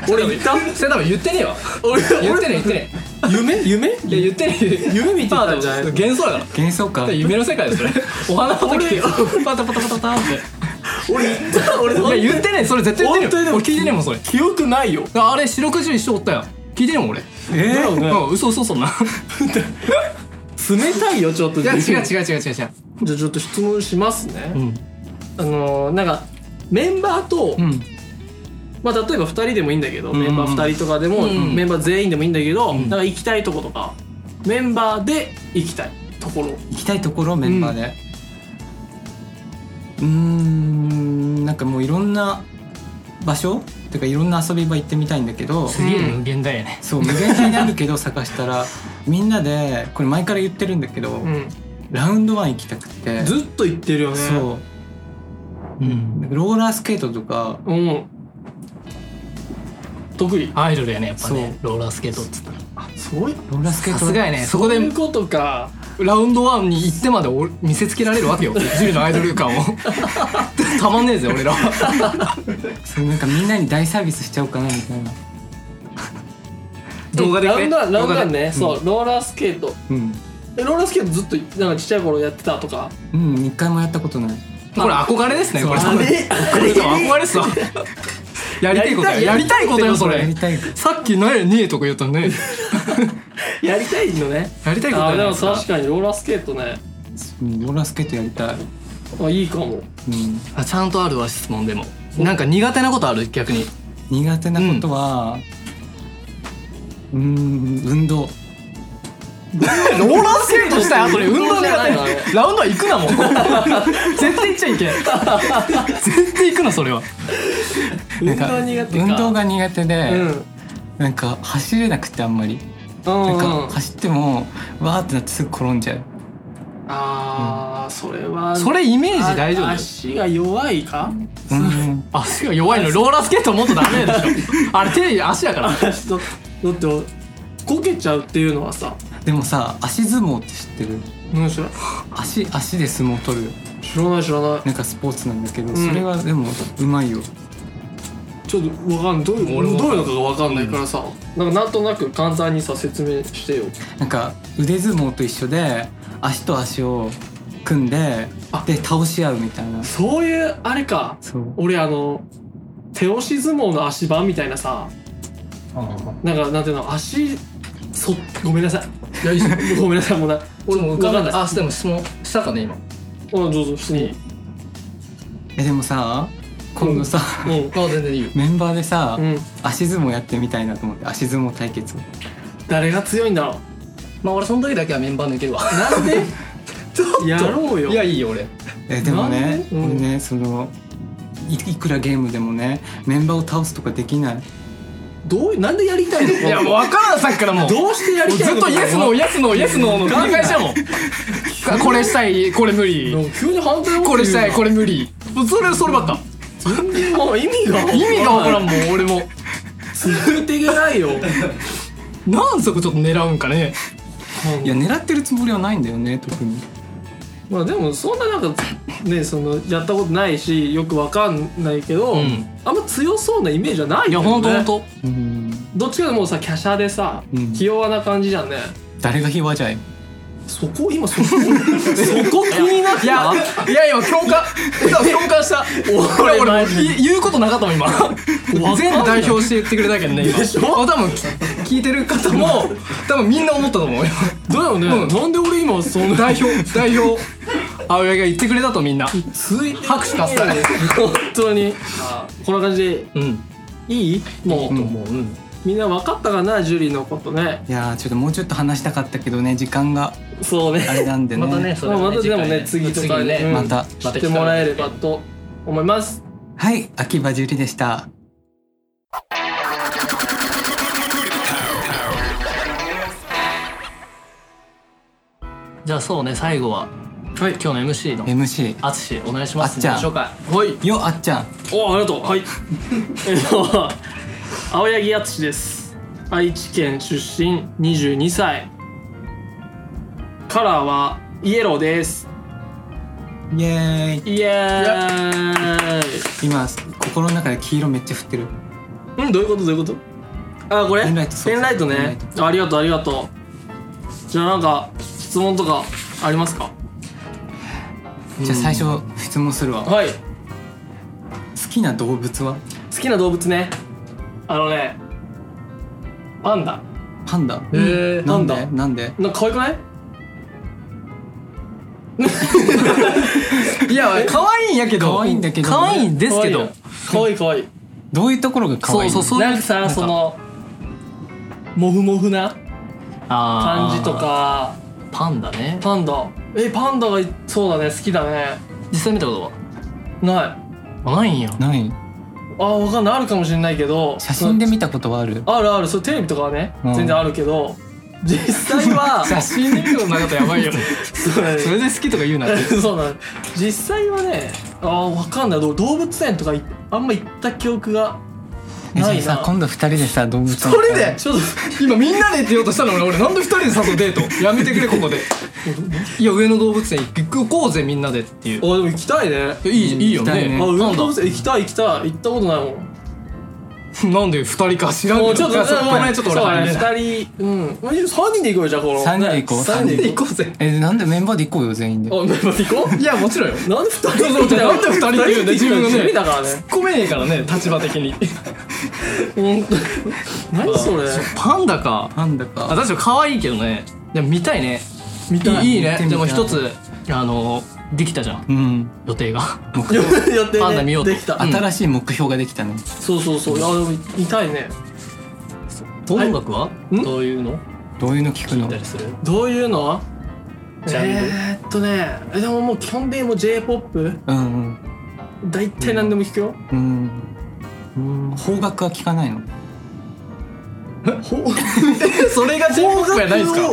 [SPEAKER 2] 俺俺言った？
[SPEAKER 3] それ多分言ってねえわ
[SPEAKER 2] 俺
[SPEAKER 3] 言ってねえ
[SPEAKER 2] 俺
[SPEAKER 3] 言ってね
[SPEAKER 2] 夢夢？
[SPEAKER 3] えいや言ってねえ
[SPEAKER 2] 夢見てたんじゃない
[SPEAKER 3] パーでも幻想だか
[SPEAKER 1] 幻想から
[SPEAKER 3] 夢の世界ですそれお花畑でパタパタパタパタって
[SPEAKER 2] 俺言った俺
[SPEAKER 3] いや言ってねえそれ絶対言ってねえよ
[SPEAKER 2] 本
[SPEAKER 3] 俺
[SPEAKER 2] 当
[SPEAKER 3] 聞い
[SPEAKER 2] に
[SPEAKER 3] てねえもんそれ
[SPEAKER 2] 記憶ないよ。
[SPEAKER 3] あれ四六時一緒おったよ聞いてねえもん俺
[SPEAKER 1] えー
[SPEAKER 3] うん嘘嘘そんな
[SPEAKER 2] 冷たいよちょっと。
[SPEAKER 3] いや違う違う違う違う違う
[SPEAKER 2] じゃあちょっと質問しますね。
[SPEAKER 3] うん
[SPEAKER 2] あのーなんかメンバーと、
[SPEAKER 1] うん
[SPEAKER 2] まあ例えば2人でもいいんだけど、
[SPEAKER 1] んうん
[SPEAKER 2] メンバー2人とかでも、
[SPEAKER 3] うん
[SPEAKER 2] メンバー全員でもいいんだけど、
[SPEAKER 1] ん
[SPEAKER 2] なんか行きたいとことかメンバーで行きたいところ
[SPEAKER 1] 行きたいところメンバーでうーんなんかもういろんな場所てかいろんな遊び場行ってみたいんだけど
[SPEAKER 3] すげえ無限大やね
[SPEAKER 1] そう無限大にあるけど探したらみんなでこれ前から言ってるんだけど、
[SPEAKER 2] うん、
[SPEAKER 1] ラウンドワン行きたくて
[SPEAKER 2] ずっと行ってるよね
[SPEAKER 1] そう
[SPEAKER 3] うん
[SPEAKER 1] なんかローラースケートとか
[SPEAKER 2] う、ん、得意
[SPEAKER 3] アイドルやねやっぱね
[SPEAKER 1] そ
[SPEAKER 3] ローラースケートっつったら
[SPEAKER 2] あそういう
[SPEAKER 1] ローラースケー
[SPEAKER 3] さ
[SPEAKER 1] ト
[SPEAKER 3] すがやねそこ
[SPEAKER 2] そう
[SPEAKER 3] で
[SPEAKER 2] いうことか
[SPEAKER 3] ラウンドワンに行ってまで俺見せつけられるわけよジュリのアイドル感 をたまんねえぜ俺らは
[SPEAKER 1] そうなんかみんなに大サービスしちゃおうかなみたいな
[SPEAKER 3] 動画でね
[SPEAKER 2] ラウンドワンラウンドワン
[SPEAKER 3] 動画
[SPEAKER 2] ねそう、ローラースケート
[SPEAKER 1] うん
[SPEAKER 2] えローラースケートずっとなんかちっちゃい頃やってたとか
[SPEAKER 1] うん一回もやったことない
[SPEAKER 3] これ憧れですねこれ
[SPEAKER 2] あれ
[SPEAKER 3] これ多分憧れっすわ やりたいことやや
[SPEAKER 2] や
[SPEAKER 3] り
[SPEAKER 2] り
[SPEAKER 3] た
[SPEAKER 2] た
[SPEAKER 3] い
[SPEAKER 2] い
[SPEAKER 3] ことよそ
[SPEAKER 1] や
[SPEAKER 3] れ
[SPEAKER 1] りたい
[SPEAKER 3] さっきねねえとか言った ね
[SPEAKER 2] やりたいのね
[SPEAKER 3] やりたいこと
[SPEAKER 2] あ
[SPEAKER 3] や
[SPEAKER 2] ー
[SPEAKER 3] ね
[SPEAKER 2] でも確かにローラースケートね
[SPEAKER 1] うんローラースケートやりたい、
[SPEAKER 2] あいいかも
[SPEAKER 1] うん、
[SPEAKER 3] あちゃんとあるわ質問でもなんか苦手なことある逆に
[SPEAKER 1] 苦手なことはうーん運動
[SPEAKER 3] ローラースケートしたい後に運 動苦
[SPEAKER 2] 運動じ
[SPEAKER 3] 手
[SPEAKER 2] ゃない
[SPEAKER 3] ラウンドは行くなもう 絶対行っちゃいけん 絶対行くなそれは
[SPEAKER 2] 運動苦手か
[SPEAKER 1] 運動が苦手で、
[SPEAKER 2] うん
[SPEAKER 1] なんか走れなくてあんまり、
[SPEAKER 2] う
[SPEAKER 1] な
[SPEAKER 2] んうんん
[SPEAKER 1] か走ってもわーってなってすぐ転んじゃう
[SPEAKER 2] あーそれは
[SPEAKER 3] それイメージ大丈夫
[SPEAKER 2] あ足が弱いか
[SPEAKER 1] うん
[SPEAKER 3] 足が弱いのローラースケートもっとダメでしょあれ手足だから
[SPEAKER 2] 足とだってこけちゃうっていうのはさ
[SPEAKER 1] でもさ足相撲って知ってる
[SPEAKER 2] 何しろ
[SPEAKER 1] 足足で相撲取る
[SPEAKER 2] 知らない知らない
[SPEAKER 1] なんかスポーツなんだけど、
[SPEAKER 2] ん
[SPEAKER 1] それはでもうまいよ
[SPEAKER 2] ちょっと分かんないどういう
[SPEAKER 3] 俺も
[SPEAKER 2] どういうのかが分かんないからさ、なんかなんとなく簡単にさ説明してよ
[SPEAKER 1] なんか腕相撲と一緒で足と足を組んで
[SPEAKER 2] あ
[SPEAKER 1] で倒し合うみたいな
[SPEAKER 2] そういうあれか
[SPEAKER 1] そう
[SPEAKER 2] 俺あの手押し相撲の足場みたいなさなんかなんていうの足そごめんなさい
[SPEAKER 3] 大丈
[SPEAKER 2] ごめんなさいもうな
[SPEAKER 3] 俺も浮かばない
[SPEAKER 2] あ
[SPEAKER 3] あでも質問したかね今
[SPEAKER 2] どうぞ普通に
[SPEAKER 1] えでもさ今度さ、
[SPEAKER 2] うん
[SPEAKER 3] あ全然いいよ
[SPEAKER 1] メンバーでさ、
[SPEAKER 2] うん
[SPEAKER 1] 足相撲やってみたいなと思って足相撲対決
[SPEAKER 2] 誰が強いんだろ
[SPEAKER 3] まあ俺その時だけはメンバー抜けるわ
[SPEAKER 2] うなんでちょっとやろうよ
[SPEAKER 3] いやいいよ俺
[SPEAKER 1] えでも
[SPEAKER 2] なん
[SPEAKER 1] ね
[SPEAKER 2] で、
[SPEAKER 1] こ
[SPEAKER 2] う
[SPEAKER 1] れ
[SPEAKER 2] ん
[SPEAKER 1] ねそのいいくらゲームでもねメンバーを倒すとかできない
[SPEAKER 2] どうなんでやりたいの
[SPEAKER 3] いやもう分からんさっきからもう
[SPEAKER 2] どうしてや
[SPEAKER 3] も
[SPEAKER 2] り
[SPEAKER 3] うず
[SPEAKER 2] たい
[SPEAKER 3] っ
[SPEAKER 2] の
[SPEAKER 3] とイエスノーイエスノーイエスノーの繰り返しやもんあ これしたいこれ無理
[SPEAKER 2] なんか急に反対
[SPEAKER 3] これしたいこ
[SPEAKER 2] れ
[SPEAKER 3] れ無理もうそれそればっか
[SPEAKER 2] 全然もう意味が
[SPEAKER 3] 意味が分からん
[SPEAKER 2] ん
[SPEAKER 3] もん俺も
[SPEAKER 2] 続いていけない よ
[SPEAKER 3] 何足ちょっと狙うんかね
[SPEAKER 1] いや狙ってるつもりはないんだよね特に
[SPEAKER 2] まあでもそんななんかねそのやったことないしよくわかんないけど、
[SPEAKER 3] うん
[SPEAKER 2] あんま強そうなイメージはない
[SPEAKER 3] いや
[SPEAKER 2] よ、ね、
[SPEAKER 3] ほんとほんと
[SPEAKER 1] うん
[SPEAKER 2] どっちかでもうさ華奢でさ、
[SPEAKER 1] うん
[SPEAKER 2] 器用な感じじゃんね
[SPEAKER 1] 誰がひわじゃい
[SPEAKER 2] そこ今そこそこ気になった
[SPEAKER 3] いや、いや今共感、共感した。俺俺
[SPEAKER 2] マジ
[SPEAKER 3] い 言うことなかったもん今。全部代表して言ってくれたけどね今。
[SPEAKER 2] でしょ
[SPEAKER 3] あ多分き聞いてる方も多分みんな思ったと思うよ。
[SPEAKER 2] だよね、
[SPEAKER 3] うん
[SPEAKER 2] なんで俺今そんな
[SPEAKER 3] 代表代表青柳が言ってくれたとみんな。
[SPEAKER 2] ついて
[SPEAKER 3] 拍手喝采
[SPEAKER 2] 本当にあこんな感じで
[SPEAKER 3] うん。
[SPEAKER 2] いいもう、
[SPEAKER 1] ん
[SPEAKER 3] もううん。
[SPEAKER 2] みんな分かったかなジュリのことね
[SPEAKER 1] いやーちょっともうちょっと話したかったけどね時間が
[SPEAKER 2] そうね
[SPEAKER 1] あれなんでね
[SPEAKER 2] まあまたでもね次とかね、うん
[SPEAKER 1] また
[SPEAKER 2] 知ってもらえればと思います
[SPEAKER 1] はい秋葉樹里でした
[SPEAKER 3] じゃあそうね最後は
[SPEAKER 2] はい
[SPEAKER 3] 今日の MC の
[SPEAKER 1] MC
[SPEAKER 3] あつしお願いします
[SPEAKER 1] あっちゃん
[SPEAKER 3] 自己紹介はい
[SPEAKER 1] よあっちゃん
[SPEAKER 2] おありがとう はいえっと青柳敦です愛知県出身22歳カラーはイエローです
[SPEAKER 1] イエーイ
[SPEAKER 2] イエーイ
[SPEAKER 1] 今心の中で黄色めっちゃ振ってる
[SPEAKER 2] うんどういうことどういうことあこれ
[SPEAKER 1] ペンライトそうそう
[SPEAKER 2] ペンライト
[SPEAKER 1] ペンラ
[SPEAKER 2] ね
[SPEAKER 1] イ
[SPEAKER 2] ありがとうありがとうじゃあなんか質問とかありますか
[SPEAKER 1] じゃあ最初質問するわ好
[SPEAKER 2] はい
[SPEAKER 1] きな動物は
[SPEAKER 2] 好きな動物ねあのねパンダ
[SPEAKER 1] パンダ
[SPEAKER 2] へー
[SPEAKER 1] なん
[SPEAKER 2] パ
[SPEAKER 1] で
[SPEAKER 2] ン
[SPEAKER 1] なんで
[SPEAKER 2] なんか可愛くない
[SPEAKER 3] いや可愛いんやけ
[SPEAKER 1] 可愛いんだけど
[SPEAKER 3] 可愛いんですけ
[SPEAKER 2] 可愛い
[SPEAKER 3] ど
[SPEAKER 2] よ可愛い可愛 い
[SPEAKER 1] どういうところが可
[SPEAKER 3] そ
[SPEAKER 1] 愛
[SPEAKER 3] う
[SPEAKER 1] い
[SPEAKER 3] そうそういう
[SPEAKER 2] なんかさ
[SPEAKER 3] なんか
[SPEAKER 2] そのモフモフな
[SPEAKER 3] あ
[SPEAKER 2] 感
[SPEAKER 3] ー
[SPEAKER 2] じとか
[SPEAKER 3] パンダね
[SPEAKER 2] パンダえパンダがそうだね好きだね
[SPEAKER 3] 実際見たこと
[SPEAKER 2] ない
[SPEAKER 3] はあないんや
[SPEAKER 1] 何
[SPEAKER 2] あわかんないあるかもしれないけど
[SPEAKER 1] 写真で見たことはある
[SPEAKER 2] あるあるそうテレビとかはね、
[SPEAKER 1] うん
[SPEAKER 2] 全然あるけど実際は
[SPEAKER 3] 写真で見ることなかったらやばいよ
[SPEAKER 2] そうだね
[SPEAKER 3] それで好きとか言うなって
[SPEAKER 2] そうなの実際はねあ分かんないどう動物園とかいあんま行った記憶が
[SPEAKER 1] え
[SPEAKER 2] ない
[SPEAKER 1] じゃあ
[SPEAKER 2] な
[SPEAKER 1] さ今度二人でさ動物
[SPEAKER 3] それで
[SPEAKER 2] ちょっと
[SPEAKER 3] 今みんなでって言おうとしたのに俺なんで二人で誘うデートやめてくれここで いや上野動物園行こうぜみんなでっていう
[SPEAKER 2] あでも行きたいね
[SPEAKER 3] いやいいいいよ
[SPEAKER 1] 行きた
[SPEAKER 3] ね
[SPEAKER 1] いね
[SPEAKER 2] あ
[SPEAKER 3] パン
[SPEAKER 2] 上
[SPEAKER 3] ダ
[SPEAKER 2] 野動物園行きたい行きたい行ったことないもん
[SPEAKER 3] なんで二人か知らんけ
[SPEAKER 2] も
[SPEAKER 3] ど
[SPEAKER 2] うちょっ
[SPEAKER 3] い
[SPEAKER 2] と
[SPEAKER 3] やそうごめんちょっと俺入れない
[SPEAKER 2] 2人うんまあ3人で行こうよじゃあこの
[SPEAKER 1] 三人で行こう
[SPEAKER 2] 3人で行こ
[SPEAKER 3] 行こうぜ
[SPEAKER 1] えなんでメンバーで行こうよ全員で
[SPEAKER 2] うあメンバーで行こ
[SPEAKER 3] いやもち ろんよ
[SPEAKER 2] うなんで2人
[SPEAKER 3] そうそうなんで二人って言うんだよ自分がね
[SPEAKER 2] だからね
[SPEAKER 3] ごめんやからね立場的に
[SPEAKER 2] 本当何それ
[SPEAKER 3] パンダか
[SPEAKER 1] パンダ
[SPEAKER 3] あ
[SPEAKER 1] か
[SPEAKER 3] 確かに可愛いけどねでも見たいね
[SPEAKER 1] 見たい
[SPEAKER 3] いいい
[SPEAKER 1] 見て
[SPEAKER 3] ね
[SPEAKER 1] みた
[SPEAKER 3] で
[SPEAKER 1] い
[SPEAKER 3] も一つあのできたじゃん
[SPEAKER 1] うん
[SPEAKER 3] 予定が
[SPEAKER 2] やって
[SPEAKER 3] パンダ見ようと
[SPEAKER 2] できた
[SPEAKER 3] うん
[SPEAKER 1] 新しい目標ができたね
[SPEAKER 2] そうそうそういやでも見たいね
[SPEAKER 3] 音楽は
[SPEAKER 2] ん
[SPEAKER 3] どういうの
[SPEAKER 1] どういうの聞く
[SPEAKER 3] 聞い
[SPEAKER 1] の
[SPEAKER 3] たりする
[SPEAKER 2] どういうの
[SPEAKER 3] ジャンル
[SPEAKER 2] えーっとねえでももう基本的にもう J−POP
[SPEAKER 1] うん
[SPEAKER 2] 大体何でも聴くよ
[SPEAKER 1] うんうんうん邦楽は聞かないの
[SPEAKER 3] それが J−POP やないですか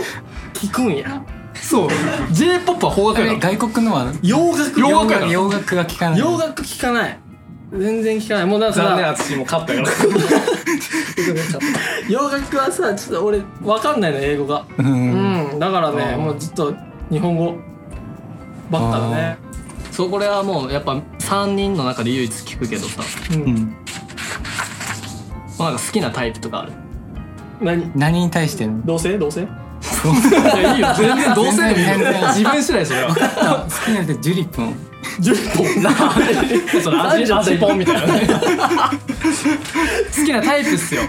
[SPEAKER 2] 聴くんや
[SPEAKER 3] そう J−POP は邦楽やから
[SPEAKER 1] 外国のは
[SPEAKER 2] 洋楽
[SPEAKER 3] 洋楽やから
[SPEAKER 1] 洋楽が聞かない
[SPEAKER 2] 洋楽聴かない全然聴かないもうなんか
[SPEAKER 3] 残念
[SPEAKER 2] さ
[SPEAKER 3] 私も勝ったよ
[SPEAKER 2] 洋楽はさちょっと俺わかんないの英語が
[SPEAKER 1] う
[SPEAKER 2] うんんだからね
[SPEAKER 3] あー
[SPEAKER 2] もうずっと日本語ばっかだね
[SPEAKER 3] そうこれはもうやっぱ3人の中で唯一聞くけどさ
[SPEAKER 2] うん
[SPEAKER 1] うん
[SPEAKER 3] なんか好きなタイプとかある
[SPEAKER 2] 何
[SPEAKER 1] 何に対しての
[SPEAKER 2] 同性同性
[SPEAKER 3] いやいいよ全然どうせ
[SPEAKER 1] 全然全然
[SPEAKER 3] 自分次第それは
[SPEAKER 1] 好きな人ジュリポン
[SPEAKER 2] 10本 な
[SPEAKER 3] その味味ポンみたいなね 好きなタイプっすよ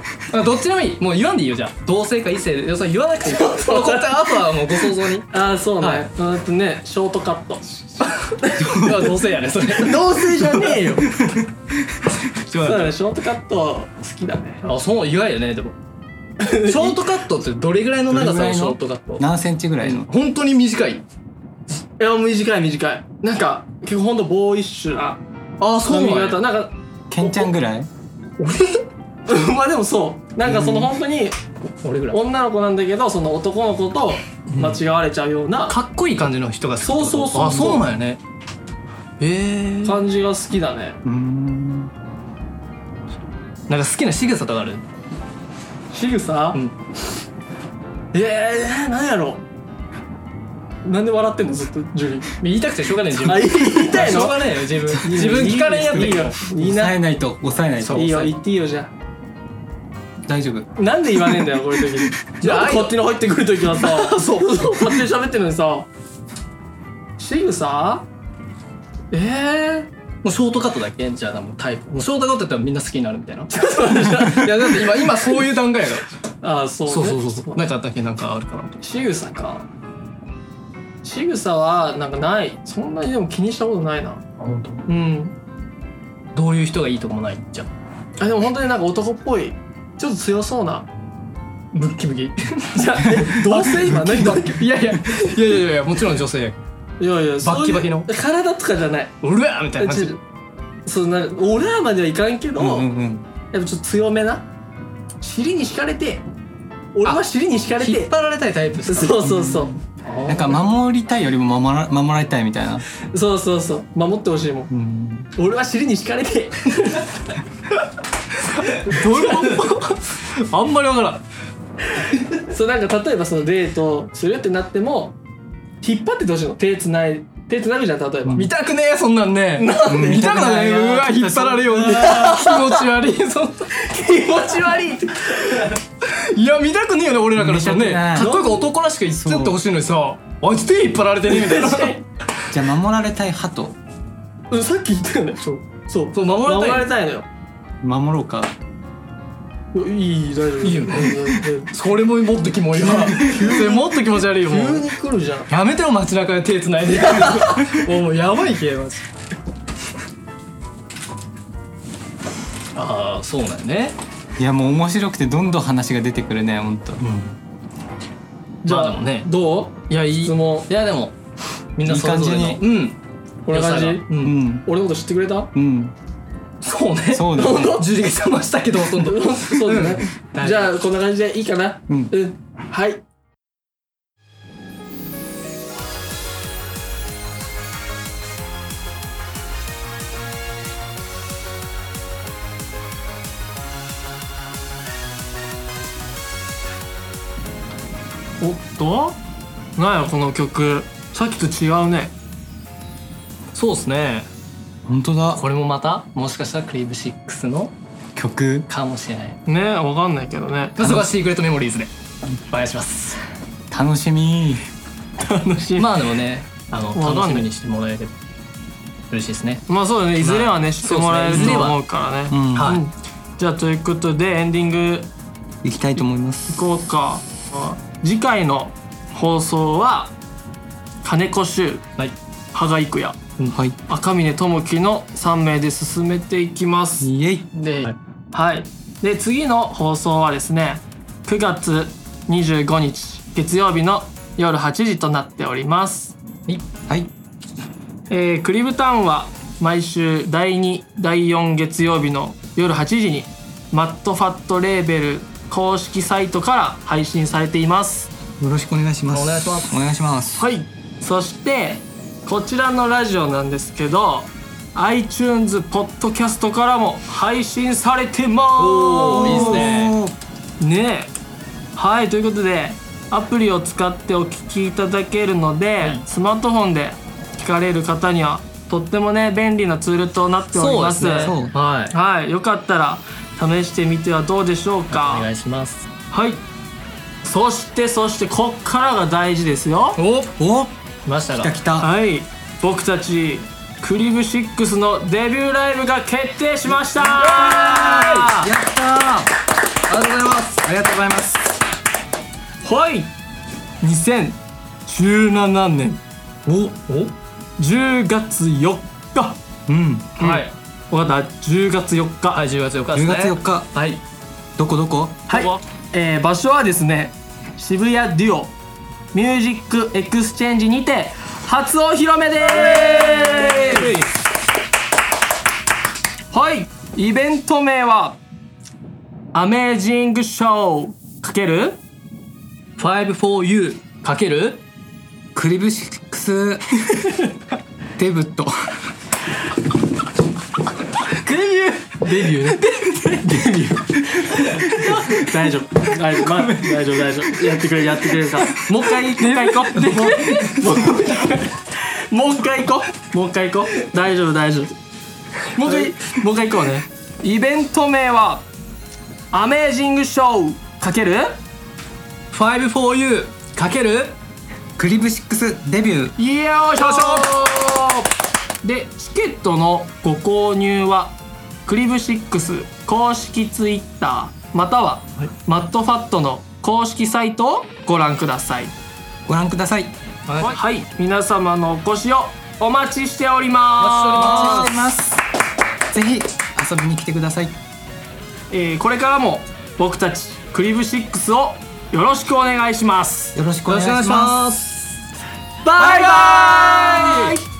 [SPEAKER 3] どっちでもいいもう言わんでいいよじゃあ同性か異性で それ言わなくていいもうこれあとはもうご想像 に
[SPEAKER 2] ああそうね、
[SPEAKER 3] はい
[SPEAKER 2] うんとねショートカット
[SPEAKER 3] いや同性やねそれ
[SPEAKER 2] 同性じゃね えよそうだ
[SPEAKER 3] あ
[SPEAKER 2] ねショートカット好きだね
[SPEAKER 3] そう意外やねでもショートカットってどれぐらいの長さのショートカット
[SPEAKER 1] 何センチぐらいの
[SPEAKER 3] 本当に短い
[SPEAKER 2] いや短い短いなんか結構ほんとボーイッシュな
[SPEAKER 3] ああ
[SPEAKER 2] 髪型なんか
[SPEAKER 1] ケンちゃんぐらい
[SPEAKER 2] うんまあでもそうなんかその本当に
[SPEAKER 3] 俺ぐらい
[SPEAKER 2] 女の子なんだけどその男の子と間違われちゃうような
[SPEAKER 3] かっこいい感じの人が好きってこと
[SPEAKER 2] そうそうそう
[SPEAKER 3] あそうなんやねええ
[SPEAKER 2] 感じが好きだね
[SPEAKER 1] うん
[SPEAKER 3] なんか好きな仕草とかある
[SPEAKER 2] 仕草、
[SPEAKER 3] うん
[SPEAKER 2] ええー、何やろなんで笑ってんのずっとジュリー
[SPEAKER 3] 言いたくてしょうがない自分
[SPEAKER 2] あ言いたい
[SPEAKER 3] しょう
[SPEAKER 2] の
[SPEAKER 3] がないよ自分自分聞かれんやった
[SPEAKER 2] いい
[SPEAKER 3] け
[SPEAKER 2] よ
[SPEAKER 3] ど
[SPEAKER 2] いい
[SPEAKER 1] 抑
[SPEAKER 2] な
[SPEAKER 1] えないと抑えない
[SPEAKER 3] そ
[SPEAKER 1] と
[SPEAKER 3] う
[SPEAKER 2] いいよ言っていいよじゃ
[SPEAKER 1] 大丈夫
[SPEAKER 2] あなんで言わねえん だよこういう時にじ
[SPEAKER 3] じ
[SPEAKER 2] ゃ
[SPEAKER 3] ゃあ
[SPEAKER 2] あこっちに入ってくる時はさ そう勝手に喋ってるのにさ仕草ええ
[SPEAKER 3] もうショートカットだけじゃあもうタイプもうショートカットやったらみんな好きになるみたいな いやだって今今そういう段階やから
[SPEAKER 2] ー、ああそう,、ね、
[SPEAKER 3] そうそうそうそうなんかだけなんかあるかな
[SPEAKER 2] 仕草か仕草はなんかないそんなにでも気にしたことないな
[SPEAKER 3] 本当
[SPEAKER 2] うん
[SPEAKER 3] どういう人がいいとかもないじゃん
[SPEAKER 2] あでも本当になんか男っぽいちょっと強そうな
[SPEAKER 3] ムッキムキ い
[SPEAKER 2] じゃあえ同性今何だっけ
[SPEAKER 3] やいやいやいやいやもちろん女性
[SPEAKER 2] いやいやそういう
[SPEAKER 3] バッキバキの
[SPEAKER 2] 体とかじゃない
[SPEAKER 3] 俺らみたいな感
[SPEAKER 2] ち
[SPEAKER 3] じ
[SPEAKER 2] ょそうなんか俺らまではいかんけど、
[SPEAKER 1] うんうんうん
[SPEAKER 2] やっぱちょっと強めな尻に敷かれて俺は尻に敷かれ
[SPEAKER 3] 引って張られたいタイプです
[SPEAKER 2] そうそうそう
[SPEAKER 1] なんか守りたいよりも守ら守られたいみたいな、
[SPEAKER 2] そうそうそう守ってほしいもん
[SPEAKER 1] うん、
[SPEAKER 2] 俺は尻に敷かれ て
[SPEAKER 3] あんまりわからん
[SPEAKER 2] そうなんか例えばそのデートするってなっても引っ張っててほしいの手つない手つなぐじゃん例えば、
[SPEAKER 3] 見たくねえそんなんね見たくないねうわ引っ張られよう気持ち悪いそんな
[SPEAKER 2] 気持ち悪いって
[SPEAKER 3] いや見たくねえよね俺らからしたらね
[SPEAKER 1] 見た
[SPEAKER 3] か
[SPEAKER 1] くな
[SPEAKER 3] っ
[SPEAKER 1] い
[SPEAKER 3] こよく男らしく言ってってほしいのにさあいつ手引っ張られてねえみたいな
[SPEAKER 1] じゃあ守られたい派と
[SPEAKER 2] うんさっき言ったよねそうそう
[SPEAKER 3] そう守られたい
[SPEAKER 2] いのよ
[SPEAKER 1] 守ろうか
[SPEAKER 2] いい大丈夫
[SPEAKER 3] いいよね
[SPEAKER 2] ね
[SPEAKER 3] それももっとキモいわそれもっと気持ち悪いよも
[SPEAKER 2] 急
[SPEAKER 3] う
[SPEAKER 2] に来るじゃん
[SPEAKER 3] やめてよ街中で手繋いで もうやばい系マジああそうなんね
[SPEAKER 1] いやもう面白くてどんどん話が出てくるね本当。
[SPEAKER 2] じゃあ、
[SPEAKER 3] まあでもね
[SPEAKER 2] ど
[SPEAKER 3] いやいい
[SPEAKER 2] 質問
[SPEAKER 3] いやでもみんない
[SPEAKER 1] い
[SPEAKER 3] それ
[SPEAKER 1] 感
[SPEAKER 3] ぞ
[SPEAKER 1] じ
[SPEAKER 3] れの
[SPEAKER 1] に
[SPEAKER 3] うん
[SPEAKER 2] うこんな感じ
[SPEAKER 3] 良さがう
[SPEAKER 1] うんん
[SPEAKER 2] 俺のこと知ってくれた
[SPEAKER 1] うん
[SPEAKER 3] そうね
[SPEAKER 1] そうだ ね
[SPEAKER 3] ジュリが冷ましたけどほと んど
[SPEAKER 2] そうだね
[SPEAKER 3] うん
[SPEAKER 2] じゃあこんな感じでいいかな
[SPEAKER 1] うん
[SPEAKER 2] うん、はいおっとなんやこの曲さっきと違うね
[SPEAKER 3] そうっすね
[SPEAKER 1] 本当だ
[SPEAKER 3] これもまたもしかしたらクリーブ6の
[SPEAKER 1] 曲
[SPEAKER 3] かもしれない
[SPEAKER 2] ねわかんないけどね
[SPEAKER 3] そこはシークレットメモリーズでお願いします
[SPEAKER 1] 楽しみ
[SPEAKER 2] 楽しいま
[SPEAKER 3] まあでもねあの
[SPEAKER 2] わかんない
[SPEAKER 3] 楽しみにしてもらえれば嬉しいですね
[SPEAKER 2] あそうだねいずれは
[SPEAKER 3] ま
[SPEAKER 2] ね
[SPEAKER 3] あ
[SPEAKER 2] 知ってもらえる
[SPEAKER 3] そうですね
[SPEAKER 2] と思うからね
[SPEAKER 1] うん、
[SPEAKER 3] はい
[SPEAKER 2] うんじゃあということでエンディング
[SPEAKER 1] 行きたいと思います
[SPEAKER 2] いこうか次回の放送は金子修
[SPEAKER 3] はい
[SPEAKER 2] 羽賀育也
[SPEAKER 1] はい
[SPEAKER 2] 赤嶺智樹の3名で進めていきます
[SPEAKER 1] イエイ
[SPEAKER 2] で、は
[SPEAKER 3] はいい、
[SPEAKER 2] で次の放送はですね、9月25日月曜日の夜8時となっております。
[SPEAKER 1] はい
[SPEAKER 2] えークリブタウンは毎週第2第4月曜日の夜8時にマットファットレーベル公式サイトから配信されています。
[SPEAKER 1] よろしくお願いします
[SPEAKER 3] お願いします
[SPEAKER 1] お願いします
[SPEAKER 2] はい。そしてこちらのラジオなんですけど。iTunes ポッドキャストからも配信されてます
[SPEAKER 3] おーいいっすね
[SPEAKER 2] ねえはいということでアプリを使ってお聞きいただけるので、スマートフォンで聞かれる方にはとってもね便利なツールとなっております
[SPEAKER 1] そう
[SPEAKER 3] はい
[SPEAKER 2] はいよかったら試してみてはどうでしょう
[SPEAKER 3] お
[SPEAKER 2] か
[SPEAKER 3] 願いします
[SPEAKER 2] はいそしてそしてこっからが大事ですよ
[SPEAKER 3] お来
[SPEAKER 1] お来
[SPEAKER 3] ました
[SPEAKER 1] た
[SPEAKER 3] が
[SPEAKER 1] 来た
[SPEAKER 2] はい僕たちクリブ6のデビューライブが決定しました
[SPEAKER 1] やった
[SPEAKER 3] ありがとうございます
[SPEAKER 1] ーありがとうございます
[SPEAKER 2] はい2017年
[SPEAKER 1] お
[SPEAKER 2] 10月4日
[SPEAKER 1] うん
[SPEAKER 3] おはい
[SPEAKER 2] わかった10月4日
[SPEAKER 3] はい10月4日です
[SPEAKER 1] 10
[SPEAKER 3] ね
[SPEAKER 1] 月4日
[SPEAKER 3] はい
[SPEAKER 1] どこどこ
[SPEAKER 2] はい、えー場所はですね渋谷デュオミュージックエクスチェンジにて初お披露目ですはいイベント名はアメージングショーかける
[SPEAKER 3] 5-4-U かける
[SPEAKER 1] クリブシック スデブット
[SPEAKER 2] デビュー
[SPEAKER 3] デビューね
[SPEAKER 2] 大丈夫大丈夫、まあ、大丈夫大丈夫やってくれやってくれさもう一回もう一回行こうもう一回行こうもう一回行こう大丈夫大丈夫もう一回もう一回行こうねイベント名は「アメージングショー」かける
[SPEAKER 3] 5-4-U かける
[SPEAKER 1] クリブシックスデビュー
[SPEAKER 2] よいしょでチケットのご購入はクリブ6公式ツイッターまたは、マットファットの公式サイトをご覧ください
[SPEAKER 1] ご覧ください
[SPEAKER 2] はい、
[SPEAKER 3] は
[SPEAKER 2] 皆様のお越しをお待ちしており
[SPEAKER 1] お
[SPEAKER 2] ま
[SPEAKER 1] 待
[SPEAKER 2] す
[SPEAKER 1] ちしておりますぜひ遊びに来てください
[SPEAKER 2] えーこれからも僕たちクリブ6をよろしくお願いします
[SPEAKER 1] よろしくお
[SPEAKER 3] よ
[SPEAKER 1] 願
[SPEAKER 3] ろ
[SPEAKER 1] い
[SPEAKER 3] し
[SPEAKER 1] し
[SPEAKER 3] くお願いし
[SPEAKER 1] ます
[SPEAKER 3] ます
[SPEAKER 2] バイバイ
[SPEAKER 1] バイバイ